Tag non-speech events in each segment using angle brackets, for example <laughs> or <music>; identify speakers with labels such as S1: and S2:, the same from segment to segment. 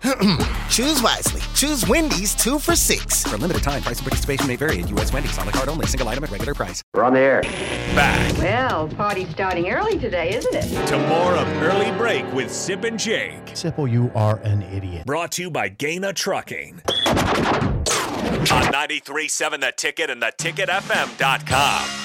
S1: <clears throat> Choose wisely. Choose Wendy's two for six.
S2: For a limited time, price and participation may vary at U.S. Wendy's on the card only, single item at regular price.
S3: We're on the air.
S4: Back
S5: Well, party's starting early today, isn't it?
S4: to more of Early Break with Sip and Jake.
S6: Sipple, you are an idiot.
S4: Brought to you by Gaina Trucking. On 93.7 The Ticket and theticketfm.com.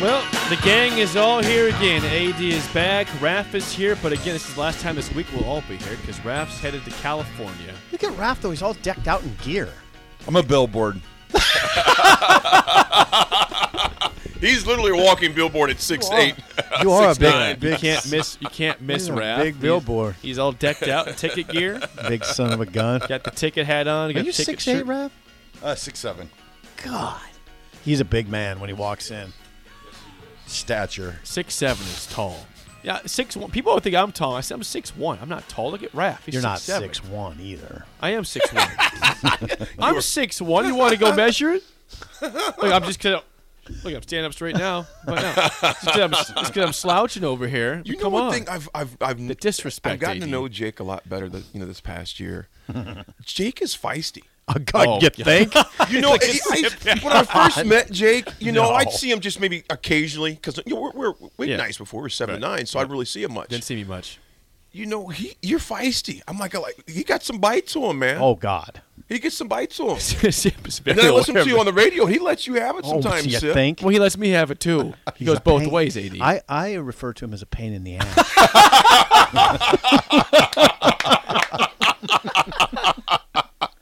S7: Well, the gang is all here again. AD is back. Raph is here, but again, this is the last time this week we'll all be here because Raph's headed to California.
S6: Look at Raph, though. He's all decked out in gear.
S8: I'm a billboard. He's literally a walking billboard at six eight.
S6: You are a
S7: You
S6: big, big,
S7: can't miss. You
S6: <laughs>
S7: can't miss
S6: He's a
S7: Raph.
S6: big
S7: He's-
S6: billboard.
S7: He's, all decked out in ticket gear.
S6: big son of a gun.
S7: Got the ticket hat on.
S6: Are
S7: got
S6: you
S7: ticket
S6: six eight,
S7: shirt.
S6: Raph?
S8: Uh, six seven.
S6: God, he's a big man when he walks in.
S8: Stature.
S7: Six seven is tall. Yeah, six one. People think I'm tall. I said I'm six one. I'm not tall. Look at Raph. He's
S6: You're not
S7: seven.
S6: six one either.
S7: I am six
S8: <laughs>
S7: one. I'm six one. You want to go measure it? Look, I'm just gonna look. I'm standing up straight now. But no, just 'cause I'm, just 'cause I'm slouching over here.
S8: You know
S7: Come
S8: one
S7: on.
S8: thing I've I've I've
S7: The disrespect,
S8: I've gotten
S7: AD.
S8: to know Jake a lot better. That you know this
S7: <laughs>
S8: past year, Jake is feisty.
S6: Oh, God,
S7: Oh,
S6: you
S7: yeah.
S6: think?
S7: <laughs>
S8: You know, I- I- when I first met Jake, you know, I'd see him just maybe occasionally because you know, we're, we're, we're
S7: Yeah.
S8: nice before we we're seven
S7: Right.
S8: nine, so I'd really see him much.
S7: Didn't see me much. <laughs>
S8: you know, he you're feisty. I'm like, I like he got some bite to him, man.
S6: oh God.
S8: he gets some
S7: <laughs>
S8: bite to him.
S7: and
S8: And then I listen to you on the radio. He lets you have it sometimes.
S6: oh, you
S8: Sip.
S6: think?
S7: Well, he lets me have it too. He
S6: He's
S7: goes
S6: a
S7: both
S6: pain-
S7: ways, AD.
S6: I, I refer to him as a pain in the ass.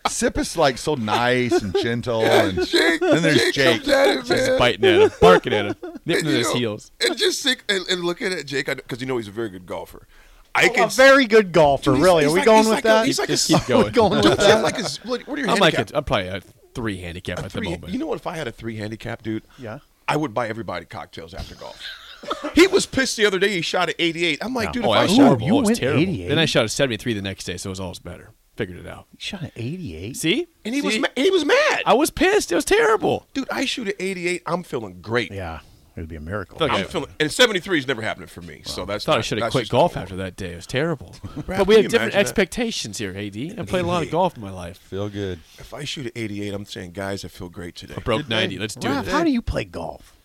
S9: Sip is like so nice and gentle, and
S8: Jake,
S9: then there's Jake.
S8: comes at it, man.
S7: biting at
S6: <laughs>
S7: him, barking at him, nipping
S8: And,
S7: at
S8: you
S7: his
S8: know,
S7: heels.
S8: And just think and, and looking at Jake, because you know he's a very good golfer. I
S6: Oh, a
S8: can
S6: very good golfer,
S8: Dude, he's-
S6: really. Are
S8: he's
S6: we
S8: like-
S6: going
S8: he's
S6: with
S8: like a-
S6: that?
S8: he's like a-
S7: Just keep going.
S6: going
S8: <laughs> Dude,
S6: with
S8: Jim,
S6: that.
S8: like is what, what are your
S7: I'm like,
S8: handicap?
S7: a, I'm probably a three handicap at the
S8: Three-
S7: moment.
S8: You know what? If I had a three handicap, dude,
S6: Yeah.
S8: I would buy everybody cocktails after golf. <laughs> he was pissed the other day. He shot at 88. I'm like, dude,
S7: oh,
S8: if I
S7: I
S8: shot,
S7: was
S6: Ooh,
S7: horrible.
S6: you
S7: I was
S6: went
S7: terrible.
S6: 88.
S7: Then I shot a 73 the next day, so it was always better. Figured it out.
S6: He shot an 88.
S7: See?
S8: and he
S7: See?
S8: was ma- and he was mad.
S7: I was pissed. It was terrible.
S8: dude, I shoot at 88. I'm feeling great.
S6: Yeah, it would be a miracle.
S7: Look,
S8: I'm feeling, and 73 is never happening for me. so that's
S7: Thought I
S8: not-
S7: should have
S8: that's
S7: quit
S8: just
S7: golf
S8: not-
S7: after that day. It was
S8: <laughs>
S7: terrible.
S8: Brad,
S7: but we have
S8: can you
S7: different
S8: imagine that?
S7: expectations here, AD. I played a lot
S8: <laughs>
S7: of golf in my life.
S9: Feel good.
S8: If I shoot at 88, I'm saying, guys, I feel great today.
S7: Broke 90. Let's do
S6: Raph,
S7: this.
S6: how do you play golf?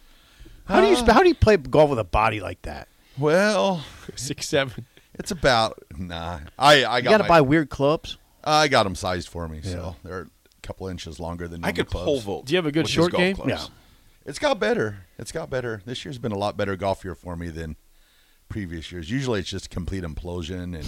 S6: How do you how do you play golf with a body like that?
S9: Well,
S7: Six, seven.
S9: it's about nah. I I
S6: You
S9: got
S6: got to
S9: my-
S6: buy weird clubs.
S9: I got them sized for me, so they're a couple inches longer than
S8: I
S9: normal
S8: could
S9: clubs.
S8: pole vault.
S7: Do you have a good
S8: with these
S7: short
S8: golf
S7: game?
S8: clubs.
S6: Yeah.
S9: It's got better. It's got better. This year's been a lot better golf year for me than previous years. Usually it's just complete implosion, and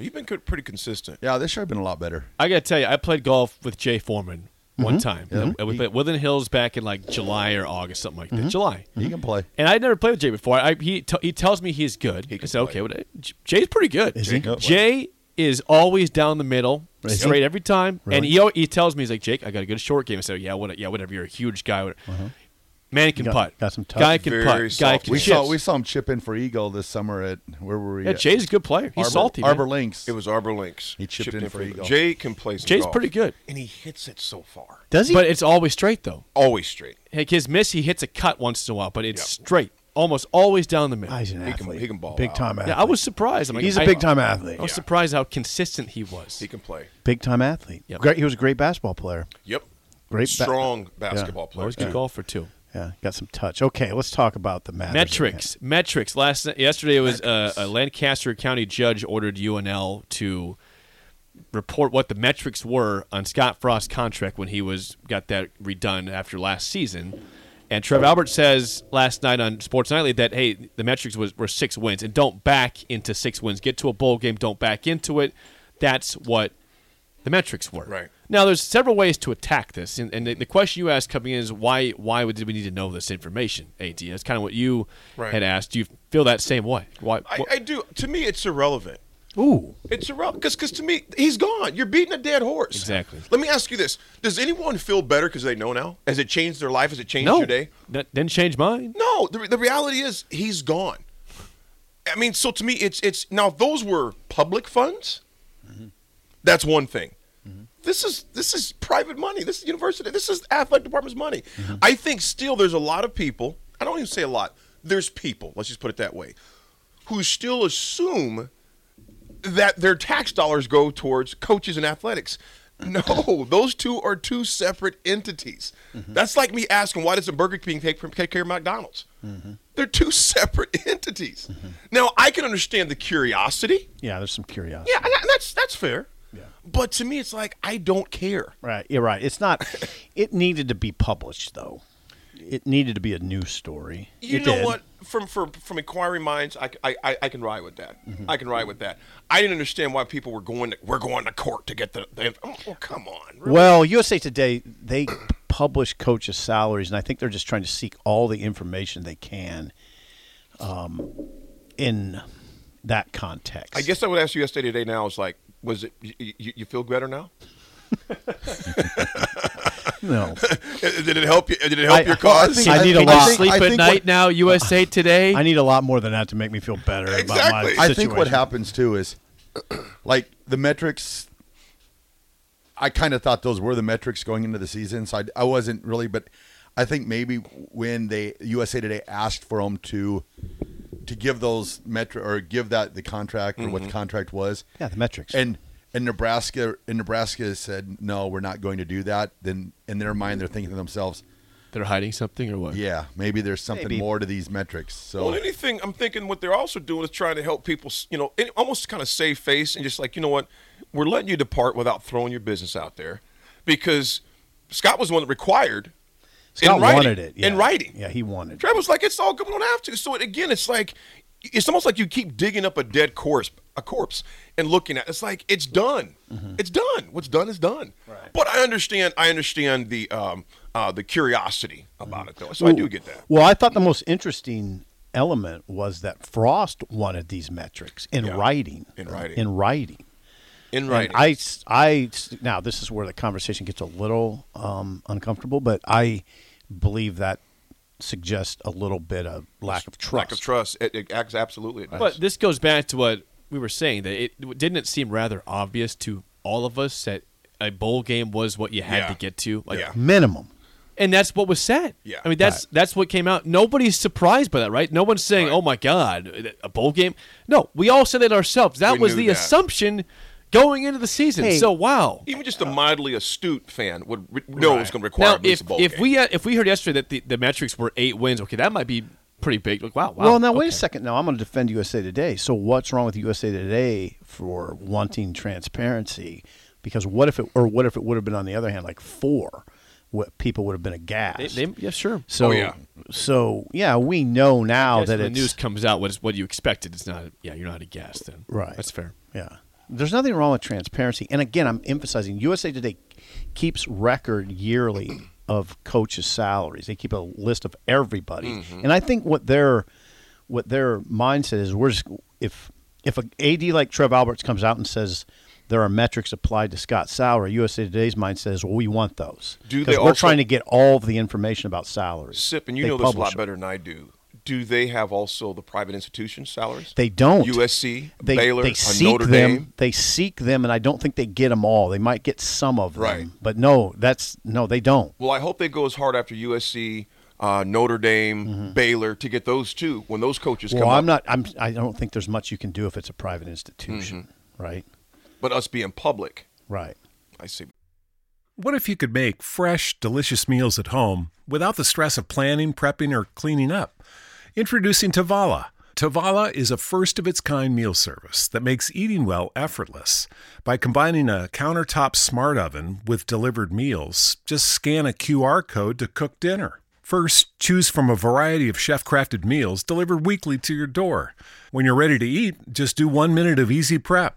S8: You've been co- pretty consistent.
S9: yeah, this year I've been a lot better.
S7: I got to tell you, I played golf with Jay Foreman
S8: Mm-hmm.
S7: one time. And we played at Woodland Hills back in like July or August, something like
S8: Mm-hmm.
S7: that. July.
S9: He can play.
S7: And I'd never played with Jay before. I, he, t- he tells me he's good. I said, okay, well, J- Jay's pretty good.
S6: Is he?
S9: Jake can play.
S7: Jay is always down the middle,
S6: Is he?
S7: straight every time. And
S6: Really?
S7: he, al- he tells me, he's like, Jake, I got a good short game. I said, yeah, what, yeah whatever. You're a huge guy. whatever." Man can
S6: Uh-huh. Got-
S7: putt.
S6: got some tough-
S7: Guy can
S8: Very
S7: putt. Guy
S8: soft
S7: can
S9: We
S7: chip.
S9: saw we saw him chip in for eagle this summer at where were we?
S7: yeah,
S9: at?
S7: Jay's a good player. He's
S9: Arbor,
S7: salty. man.
S9: Arbor Links.
S8: It was Arbor Links.
S9: He chipped in for eagle.
S8: Jay can play some
S7: Jay's
S8: golf.
S7: pretty good.
S8: And he hits it so far.
S6: Does he?
S7: But it's always straight, though.
S8: Always straight.
S7: Like his miss, he hits a cut once in a while, but it's straight. Almost always down the middle.
S6: Ah, he's an
S8: He
S6: athlete.
S8: can- he can ball
S6: Big
S8: out.
S6: time athlete.
S7: Yeah, I was surprised. I'm like,
S6: He's a
S7: I-
S6: big time athlete.
S7: I was
S8: Yeah.
S7: surprised how consistent he was.
S8: He can play.
S6: Big time athlete.
S7: Yep.
S6: Great. He was a great basketball player.
S8: Yep.
S6: Great. ba-
S8: Strong basketball player.
S7: Always good golfer too.
S6: yeah. Got some touch. Okay. Let's talk about the matters.
S7: Metrics, metrics. Last yesterday was uh, a Lancaster County judge ordered UNL to report what the metrics were on Scott Frost's contract when he was got that redone after last season. And Trev Albert says last night on Sports Nightly that hey, the metrics was were six wins and don't back into six wins. Get to a bowl game, don't back into it. That's what the metrics were.
S8: Right.
S7: Now, there's several ways to attack this, and, and the, the question you asked coming in is why? Why would did we need to know this information, At? That's kind of what you
S8: Right.
S7: had asked. Do you feel that same way? Why?
S8: I,
S7: what-
S8: I do. To me, it's irrelevant.
S7: ooh,
S8: It's irrelevant because to me, he's gone. You're beating a dead horse.
S7: Exactly.
S8: Let me ask you this: Does anyone feel better because they know now? Has it changed their life? Has it changed
S7: no,
S8: your day?
S7: that didn't change mine.
S8: No, the, the reality is he's gone. I mean, so to me, it's it's now if those were public funds. That's one thing. This is this is private money. This is university. This is athletic department's money. I think still there's a lot of people. I don't even say a lot. There's people. Let's just put it that way, who still assume that their tax dollars go towards coaches and athletics.
S6: <laughs>
S8: No, those two are two separate entities.
S6: Mm-hmm.
S8: That's like me asking why doesn't Burger King take, take care of McDonald's?
S6: Mm-hmm.
S8: They're two <laughs> separate entities. Now I can understand the curiosity.
S6: Yeah, there's some curiosity.
S8: Yeah, and that- that's that's fair.
S6: Yeah.
S8: But to me, it's like I don't care.
S6: Right. You're right. It's not. <laughs> it needed to be published, though. It needed to be a news story.
S8: You
S6: It
S8: know
S6: did.
S8: what? From from from inquiring minds, I, I, I, I can ride with that.
S6: Mm-hmm.
S8: I can ride with that. I didn't understand why people were going. To, we're going to court to get the. the oh, oh, come on. really?
S6: Well, USA Today they publish coaches' salaries, and I think they're just trying to seek all the information they can, um, in that context.
S8: I guess I would ask you yesterday today. Now is like, was it? You, you, you feel better now?
S6: no.
S8: <laughs> Did it help you? Did it help
S6: I-
S8: your cause?
S6: I need a
S7: Can
S6: lot.
S7: you sleep
S9: I
S7: at
S9: think
S7: night
S9: what- <laughs>
S7: now, USA Today.
S6: I need a lot more than that to make me feel better about my
S8: Exactly.
S6: situation.
S9: I think what happens too is, <clears throat> like the metrics. I kind of thought those were the metrics going into the season, so I, I wasn't really. But I think maybe when they USA Today asked for them to to give those metric or give that the contract or what the contract was,
S6: Yeah, the metrics.
S9: and and Nebraska and Nebraska said no, we're not going to do that. Then in their mind, they're thinking to themselves,
S7: They're hiding something or what?
S9: yeah, maybe there's something
S6: Maybe.
S9: more to these metrics. So
S8: Well, anything I'm thinking what they're also doing is trying to help people, you know, it- almost kind of save face and just like, you know what, we're letting you depart without throwing your business out there, because Scott was the one that required.
S6: Scott
S8: in writing,
S6: wanted it
S8: in
S6: yeah.
S8: writing.
S6: Yeah, he wanted. it.
S8: Trevor's was like, it's all good. We don't have to. So it, again, it's like, it's almost like you keep digging up a dead corpse, a corpse, and looking at. It's like it's done.
S6: Mm-hmm.
S8: It's done. What's done is done. But I understand. I understand the um, uh, the curiosity
S6: Mm-hmm.
S8: about it though. So I do get that.
S6: Well, I thought the most interesting element was that Frost wanted these metrics in
S8: Yeah.
S6: writing.
S8: In writing.
S6: In writing.
S8: In
S6: And
S8: writing,
S6: I, s- I s- now this is where the conversation gets a little um, uncomfortable, but I believe that suggests a little bit of lack of trust.
S8: lack of trust. It, it acts absolutely. It does.
S7: But this goes back to what we were saying that it didn't it seem rather obvious to all of us that a bowl game was what you had
S8: Yeah.
S7: to get to. Like,
S8: Yeah.
S6: Minimum.
S7: and that's what was said.
S8: Yeah.
S7: I mean that's that's what came out. Nobody's surprised by that, right? No one's saying, "Oh my God, a bowl game." No, we all said it ourselves. That
S8: We
S7: was
S8: knew
S7: the
S8: that.
S7: assumption going into the season.
S6: Hey.
S7: so wow.
S8: even just a mildly astute fan would re- know it was going to require
S7: Now,
S8: at least
S7: if
S8: a bowl
S7: if
S8: game.
S7: we had, if we heard yesterday that the, the metrics were eight wins, okay, that might be pretty big. Like wow, wow.
S6: Well, now wait
S7: okay.
S6: a second. Now I'm going to defend USA Today. So what's wrong with USA Today for wanting transparency? Because what if it or what if it would have been on the other hand like four? What people would have been
S7: They-
S6: aghast.
S7: they- yeah, sure.
S6: So
S8: yeah.
S6: so yeah, we know now
S7: Guess
S6: that
S7: when
S6: it's
S7: the news comes out, what is what you expected? It's not. Yeah, you're not a gas then.
S6: Right.
S7: That's fair.
S6: yeah. There's nothing wrong with transparency. And again, I'm emphasizing USA Today keeps record yearly <clears throat> of coaches' salaries. They keep a list of everybody.
S8: Mm-hmm.
S6: And I think what their what their mindset is we're just, if if a AD like Trev Alberts comes out and says there are metrics applied to Scott's salary, USA Today's mindset is well we want those.
S8: Do
S6: 'Cause
S8: they
S6: we're
S8: also-
S6: trying to get all of the information about salaries.
S8: sip, and you
S6: They
S8: know this a
S6: publish
S8: lot
S6: them.
S8: better than I do. Do they have also the private institution salaries?
S6: They don't.
S8: USC,
S6: they,
S8: Baylor,
S6: they
S8: uh,
S6: seek
S8: Notre
S6: them.
S8: Dame.
S6: They seek them, and I don't think they get them all. They might get some of them,
S8: Right.
S6: But no, that's no, they don't.
S8: Well, I hope they go as hard after USC, uh, Notre Dame, Baylor to get those two when those coaches
S6: Well,
S8: come
S6: I'm not.
S8: up.
S6: I'm. I don't think there's much you can do if it's a private institution,
S8: Mm-hmm.
S6: right?
S8: But us being public,
S6: Right.
S8: I see.
S3: What if you could make fresh, delicious meals at home without the stress of planning, prepping, or cleaning up? Introducing Tavala. Tavala is a first of its kind meal service that makes eating well effortless. By combining a countertop smart oven with delivered meals, just scan a QR code to cook dinner. First, choose from a variety of chef crafted meals delivered weekly to your door. When you're ready to eat, just do one minute of easy prep.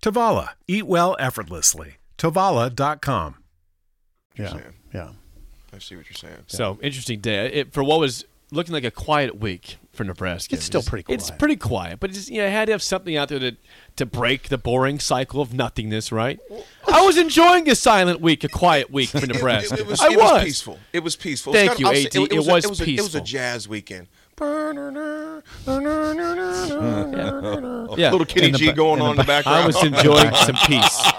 S3: Tavala, eat well effortlessly. Tavala.com.
S6: Yeah.
S8: saying. <laughs>
S6: Yeah.
S8: I see what you're saying.
S7: So interesting day it, for what was looking like a quiet week for Nebraska.
S6: It's still pretty
S7: It's
S6: quiet.
S7: pretty quiet, but it's, you know, I had to have something out there to to break the boring cycle of nothingness, right? I was enjoying a silent week, a quiet week for Nebraska.
S8: It, it was,
S7: I
S8: it
S7: was.
S8: was peaceful. It was peaceful.
S7: Thank
S8: It's
S7: you,
S8: I'll say-
S7: AD. It was
S8: a, it was a
S7: peaceful.
S8: jazz weekend. <laughs>
S7: Yeah.
S8: Little Kenny
S6: In the
S8: G
S6: ba-
S8: going
S6: in
S8: on in the background.
S7: I was enjoying some peace.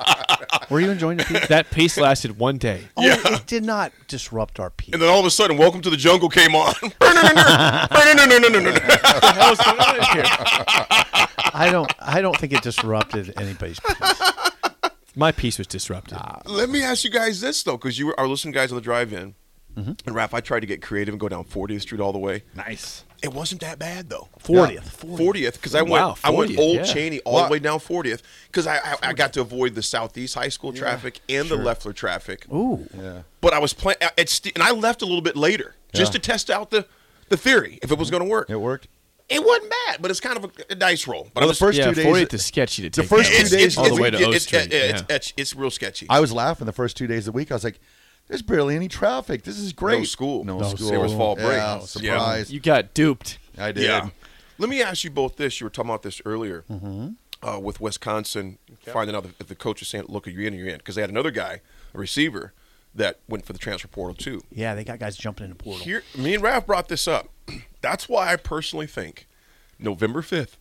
S6: Were you enjoying the peace?
S7: That peace lasted one day.
S6: Oh, it did not disrupt our
S8: <laughs>
S6: peace.
S8: <laughs> and then all of a sudden, Welcome to the Jungle came on. <laughs>
S7: That was going on in here.
S6: I don't. I don't think it disrupted anybody's peace.
S7: My peace was disrupted.
S8: Let me ask you guys this though, because you were, are listening, guys, on the drive-in. And Raph, I tried to get creative and go down 40th Street all the way.
S9: Nice.
S8: It wasn't that bad though.
S6: Fortieth.
S8: 40th because I went
S7: Wow,
S8: I went
S7: 40th,
S8: Old
S7: yeah.
S8: Cheney all the way down 40th because I, I I got to avoid the Southeast High School traffic and the Leffler traffic.
S6: Ooh.
S8: But I was planning it's and I left a little bit later just to test out the the theory if it was going to work.
S9: It worked.
S8: It wasn't bad, but it's kind of a, a dice roll. But
S9: Well,
S8: I'm
S9: the
S8: just-
S9: first
S7: yeah,
S9: two days.
S7: 48th is sketchy to
S9: the
S7: take.
S9: first
S7: that
S9: two
S7: one.
S9: days-
S7: all the way to
S8: it's-
S7: O
S8: it's-
S7: Street.
S8: it's-
S7: yeah.
S8: it's- it's- it's real sketchy.
S9: I was laughing the first two days of the week. I was like, "There's barely any traffic. This is great."
S8: No school.
S9: No,
S8: No
S9: school.
S8: school. It was fall break.
S9: Yeah,
S8: Yeah.
S9: surprise.
S7: you got duped.
S9: I did.
S8: Yeah. Let me ask you both this. You were talking about this earlier uh, with Wisconsin, finding out if the coach is saying, look, are you in or you're in? Because they had another guy, a receiver, that went for the transfer portal too.
S6: Yeah, they got guys jumping in the portal.
S8: Here, me and Raph brought this up. <clears throat> That's why I personally think November 5th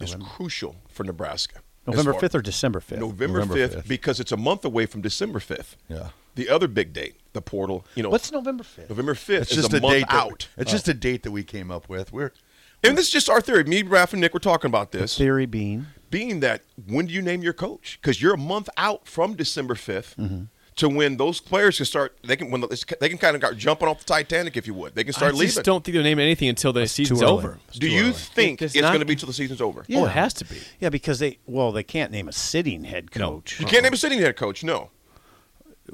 S8: is crucial for Nebraska. as
S6: November
S8: far-
S6: fifth or December fifth.
S8: November,
S9: November
S8: 5th,
S9: 5th.
S8: because it's a month away from December 5th.
S9: Yeah.
S8: The other big date, the portal, you know.
S6: What's November fifth?
S8: November 5th
S9: It's
S8: is
S9: just
S8: a,
S9: a,
S8: month
S9: date. that-
S8: out.
S9: it's just a date that we came up with. We're
S8: And this is just our theory. Me, Raph, and Nick were talking about this.
S6: Theory being
S8: being that when do you name your coach? Because you're a month out from December 5th to when those players can start. They can when the, they can kind of start jumping off the Titanic if you would. They can
S7: I
S8: start leaving.
S7: just don't think they're naming anything until the season's
S6: early.
S7: over.
S8: do you think
S7: It
S8: it's
S7: does not-
S8: going to be till the season's over?
S7: Oh, it has to be.
S6: Yeah, because they well they can't name a sitting head coach.
S8: You can't name a sitting head coach. No,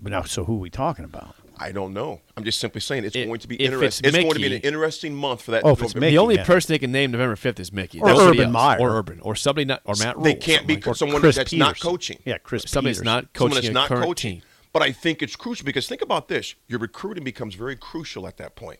S6: But now, so who are we talking about?
S8: I don't know. I'm just simply saying it's
S7: If-
S8: going to be
S7: if it's
S8: interesting. It's, going to be an
S7: Mickey-
S8: interesting month for that.
S6: Oh, if it's
S8: November-
S7: the only
S6: yeah.
S7: person they can name November fifth is Mickey,
S6: Or
S7: Nobody
S6: Urban
S7: else.
S6: Meyer.
S7: or Urban, or somebody not, or Matt.
S8: They
S7: Rule,
S8: can't be
S7: something like
S8: someone
S6: Chris
S8: that's not
S6: Peterson.
S8: coaching.
S6: Yeah, Chris.
S7: that. somebody's
S6: Peterson.
S7: not
S8: Someone
S7: coaching.
S8: that's
S7: a
S8: not
S7: current
S8: coaching.
S7: team.
S8: But I think it's crucial because think about this: your recruiting becomes very crucial at that point.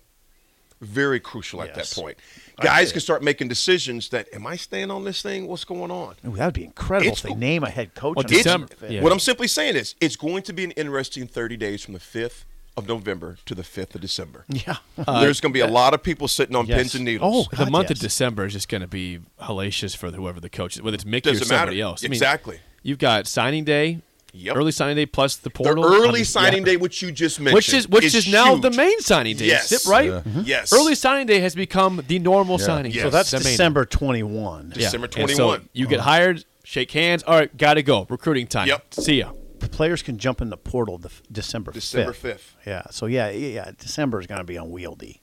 S8: Very crucial at
S6: Yes.
S8: that point. Guys can start making decisions that am I staying on this thing? What's going on?
S6: Ooh, that would be incredible
S8: It's
S6: if they
S8: go-
S6: name a head coach.
S7: Well,
S6: on
S8: It's-
S7: December-
S6: fifth.
S7: yeah.
S8: What I'm simply saying is it's going to be an interesting 30 days from the 5th of November to the 5th of December.
S6: <laughs> Yeah.
S7: Uh,
S8: There's going to be a lot of people sitting on
S6: yes.
S8: pins and needles.
S6: Oh,
S7: the
S6: God,
S7: month of
S6: yes.
S7: December is just going to be hellacious for whoever the coach is, whether it's Mickey
S8: Doesn't
S7: or somebody
S8: matter.
S7: else. I mean,
S8: Exactly.
S7: you've got signing day,
S8: Yep.
S7: early signing day plus the
S8: the
S7: portal. I
S8: early
S7: mean,
S8: signing
S7: yeah.
S8: day, which you just mentioned,
S7: which is which is, now the
S8: huge.
S7: main signing day,
S8: Yes.
S7: is it, right?
S9: Yeah.
S8: Yes.
S7: Early signing day has become the normal signing. day.
S8: Yes.
S6: Mm-hmm. So that's
S7: The main-
S6: December Mm-hmm. 21.
S7: Yeah.
S8: December
S7: And so
S8: 21.
S7: you get hired, shake hands. All right, got to go. Recruiting time.
S8: Yep.
S7: See ya.
S6: Players can jump in the portal the, f- December 5th.
S8: December 5th.
S6: Yeah. So, yeah, yeah, yeah, December is going to be unwieldy.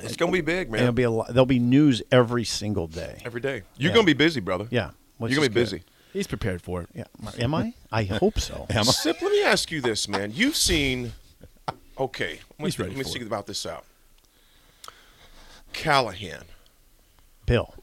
S8: It's going to be big, man.
S6: And it'll be a lot, there'll be news every single day.
S8: Every day. You're
S6: Yeah.
S8: going to be busy, brother.
S6: Yeah. which
S8: You're
S6: is
S8: going to be
S6: good.
S8: busy.
S7: He's prepared for it.
S6: Yeah. Am I? I hope so.
S8: Sip, let me ask you this, man. You've seen. Okay, let me,
S7: He's ready
S8: let me
S7: for
S8: see
S7: it.
S8: about this out. Callahan,
S6: Bill.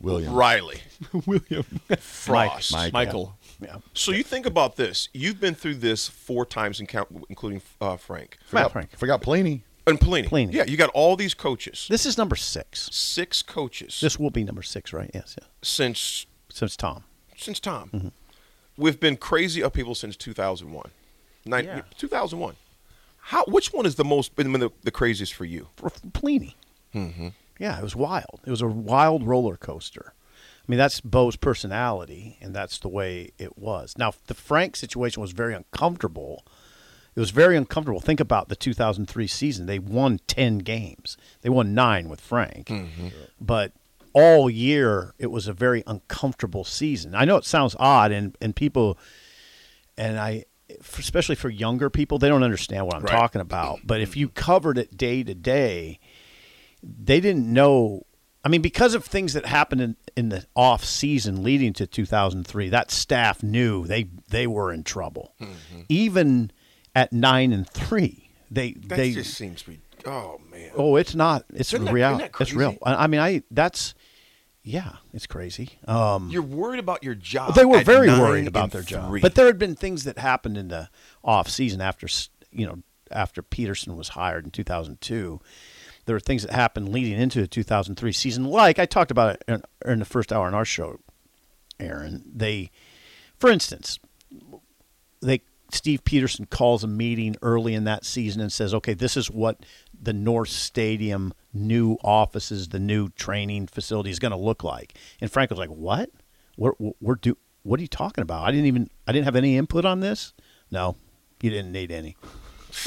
S9: William.
S8: Riley,
S7: William.
S8: Frost.
S9: Mike.
S7: Michael.
S6: Yeah.
S8: So you think about this. You've been through this four times, in count, including uh, Frank
S6: Matt Frank.
S9: Forgot Pliny.
S8: and Pelini.
S6: Pelini.
S8: Yeah, you got all these coaches.
S6: This is number six.
S8: six coaches
S6: This will be number six, right? Yes. Yeah.
S8: since
S6: Since Tom.
S8: since Tom. We've been crazy up people since 2001. Nin-
S6: Yeah.
S8: 2001. How? Which one is the most been the, the craziest for you?
S6: for for Pliny. Yeah, it was wild. It was a wild roller coaster. I mean, that's Bo's personality, and that's the way it was. Now, the Frank situation was very uncomfortable. It was very uncomfortable. Think about the 2003 season. They won 10 games, they won nine with Frank. But all year, it was a very uncomfortable season. I know it sounds odd, and, and people and I, for- especially for younger people, they don't understand what I'm talking about. But if you covered it day to day, they didn't know. I mean, because of things that happened in, in the off season leading to 2003, that staff knew they they were in trouble. Even at nine and three, they
S8: That
S6: they
S8: just seems to be. Oh man.
S6: Oh, it's not. It's
S8: Isn't that-
S6: real.
S8: isn't that
S6: It's real.
S8: crazy?
S6: I, I mean, I that's yeah, it's crazy. Um,
S8: You're worried about your job.
S6: they were
S8: Oh, at
S6: very
S8: nine
S6: worried about
S8: and
S6: their job,
S8: three.
S6: but there had been things that happened in the off season after s- you know after Peterson was hired in 2002. There were things that happened leading into the 2003 season, like I talked about it in, in the first hour in our show. Aaron, they, for instance, they Steve Peterson calls a meeting early in that season and says, "Okay, this is what the North Stadium new offices, the new training facility is going to look like." And Franco's like, "What? We're we're do what are you talking about? I didn't even I didn't have any input on this." No, you didn't need any.
S7: <laughs>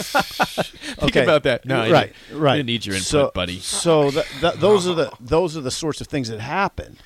S7: Think about that. No, you
S6: right,
S7: didn't- you
S6: right.
S7: didn't need your input,
S6: so,
S7: buddy.
S6: So th th those are the those are the sorts of things that happen,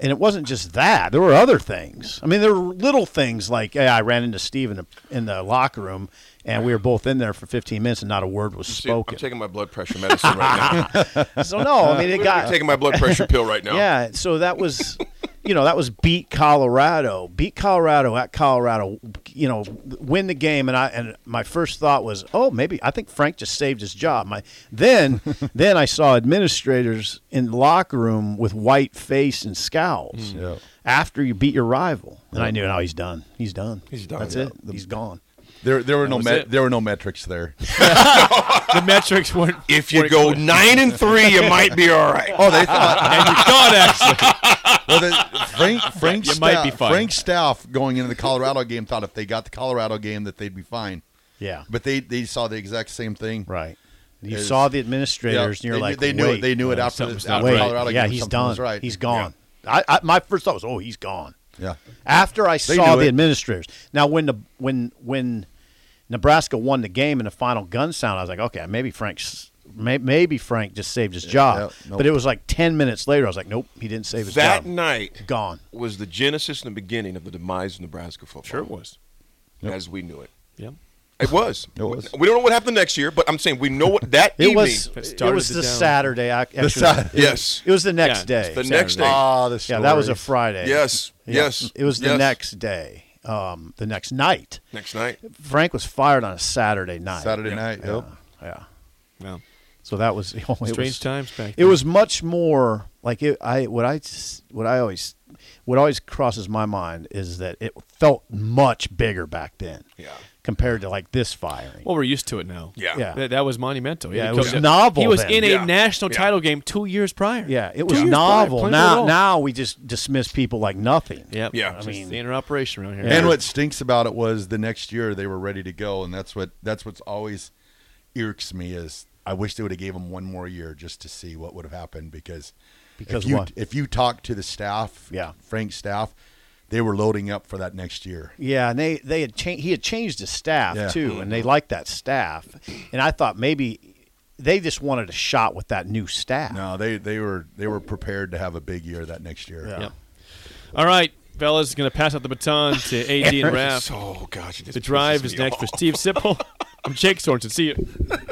S6: and it wasn't just that. There were other things. I mean, there were little things like hey, I ran into Steve in the, in the locker room, and we were both in there for 15 minutes, and not a word was
S8: See, I'm
S6: spoken. <laughs>
S8: taking my blood pressure medicine right now.
S6: so no, I mean
S8: <laughs>
S6: it
S8: I'm
S6: got
S8: taking my blood pressure pill right now.
S6: yeah. So that was, you know, that was beat Colorado, beat Colorado at Colorado. You know, win the game, and I and my first thought was, oh, maybe I think Frank just saved his job. My
S9: <laughs>
S6: then then I saw administrators in the locker room with white face and scowls
S9: Hmm.
S6: after you beat your rival, and I knew now he's done. He's done. He's
S8: done.
S6: That's
S8: Yeah.
S6: it. He's gone.
S9: There, there were no
S7: was
S9: met
S7: it.
S9: there were no metrics there.
S7: the metrics weren't.
S8: If you go nine and three, you might be all right.
S6: <laughs>
S9: Oh, they thought
S8: <laughs>
S7: and you're gone, actually.
S9: well, they, Frank Frank
S7: You might be
S9: Staff-
S7: fine.
S9: Frank Staff going into the Colorado game thought if they got the Colorado game that they'd be fine,
S6: Yeah.
S9: but they they saw the exact same thing.
S6: Right. You
S9: It's-
S6: saw the
S9: Yeah,
S6: administrators,
S9: they,
S6: and you're like,
S9: they knew
S6: wait.
S9: it. They knew it after the
S7: something's
S9: after
S6: Wait,
S9: Colorado
S6: yeah,
S9: game.
S6: he's
S9: something
S6: done.
S9: was Right,
S6: He's gone. I, I, my first thought was, oh, he's gone.
S9: Yeah.
S6: After I
S9: They
S6: saw
S9: knew
S6: the
S9: it.
S6: administrators. Now, when the when when Nebraska won the game and the final gun sound, I was like, okay, maybe Frank's may, maybe Frank just saved his job.
S9: yeah, nope.
S6: But it was like ten minutes later, I was like, nope, he didn't save his
S8: That
S6: job.
S8: night
S6: Gone.
S8: was the genesis and the beginning of the demise of Nebraska football.
S7: Sure was.
S8: as we knew it.
S7: Yeah.
S8: It was.
S9: It was.
S8: We don't know what happened next year, but I'm saying we know what that
S6: <laughs> It
S8: evening.
S6: was
S7: It
S6: it
S7: started
S6: was
S7: to
S6: the
S7: down.
S6: Saturday. ac- Actually,
S9: Sat-
S6: It-
S8: Yes.
S6: it was the next
S7: Yeah,
S6: day.
S8: The next day.
S9: Ah, the
S6: yeah, that was a
S9: stories.
S6: Friday.
S8: Yes.
S6: Yeah.
S8: Yes.
S6: It was the
S8: Yes.
S6: next day. Um, the next night.
S8: Next night.
S6: Frank was fired on a Saturday night.
S9: Saturday night. Yep.
S6: Yeah.
S7: Well,
S6: So that was it was-
S7: strange times back.
S6: It was much more like it, I what I s- what I always what always crosses my mind is that it felt much bigger back then.
S8: Yeah.
S6: Compared to like this firing.
S7: Well, we're used to it now.
S8: Yeah.
S6: Yeah.
S7: That, that was monumental.
S6: Yeah,
S7: He
S6: it was
S7: coached-
S6: novel
S7: He was
S6: then.
S7: in a
S8: Yeah.
S7: national
S8: Yeah.
S7: title game two years prior.
S6: yeah, it
S7: Two
S6: was
S7: years prior,
S6: novel.
S7: playing
S6: Now
S7: football.
S6: now we just dismiss people like nothing.
S7: Yep.
S8: Yeah.
S7: I
S8: Just
S7: mean, the interoperation around here.
S9: And what stinks about it was the next year they were ready to go, and that's what that's what's always irks me is I wish they would have gave them one more year just to see what would have happened because
S6: Because
S9: if you
S6: what?
S9: if you talk to the staff,
S6: Yeah.
S9: Frank's staff, they were loading up for that next year.
S6: Yeah, and they they had changed. He had changed his staff
S9: Yeah.
S6: too, and they
S7: Mm-hmm.
S6: liked that staff. And I thought maybe they just wanted a shot with that new staff.
S9: No, they they were they were prepared to have a big year that next year.
S6: Yeah.
S7: Yep. All right, fellas, going to pass out the baton to AD
S6: <laughs>
S7: and Raph.
S8: Oh gosh, it just
S7: The drive
S8: pisses
S7: is
S8: me
S7: next
S8: off. <laughs>
S7: for Steve Sipple. I'm Jake Sorensen. See you.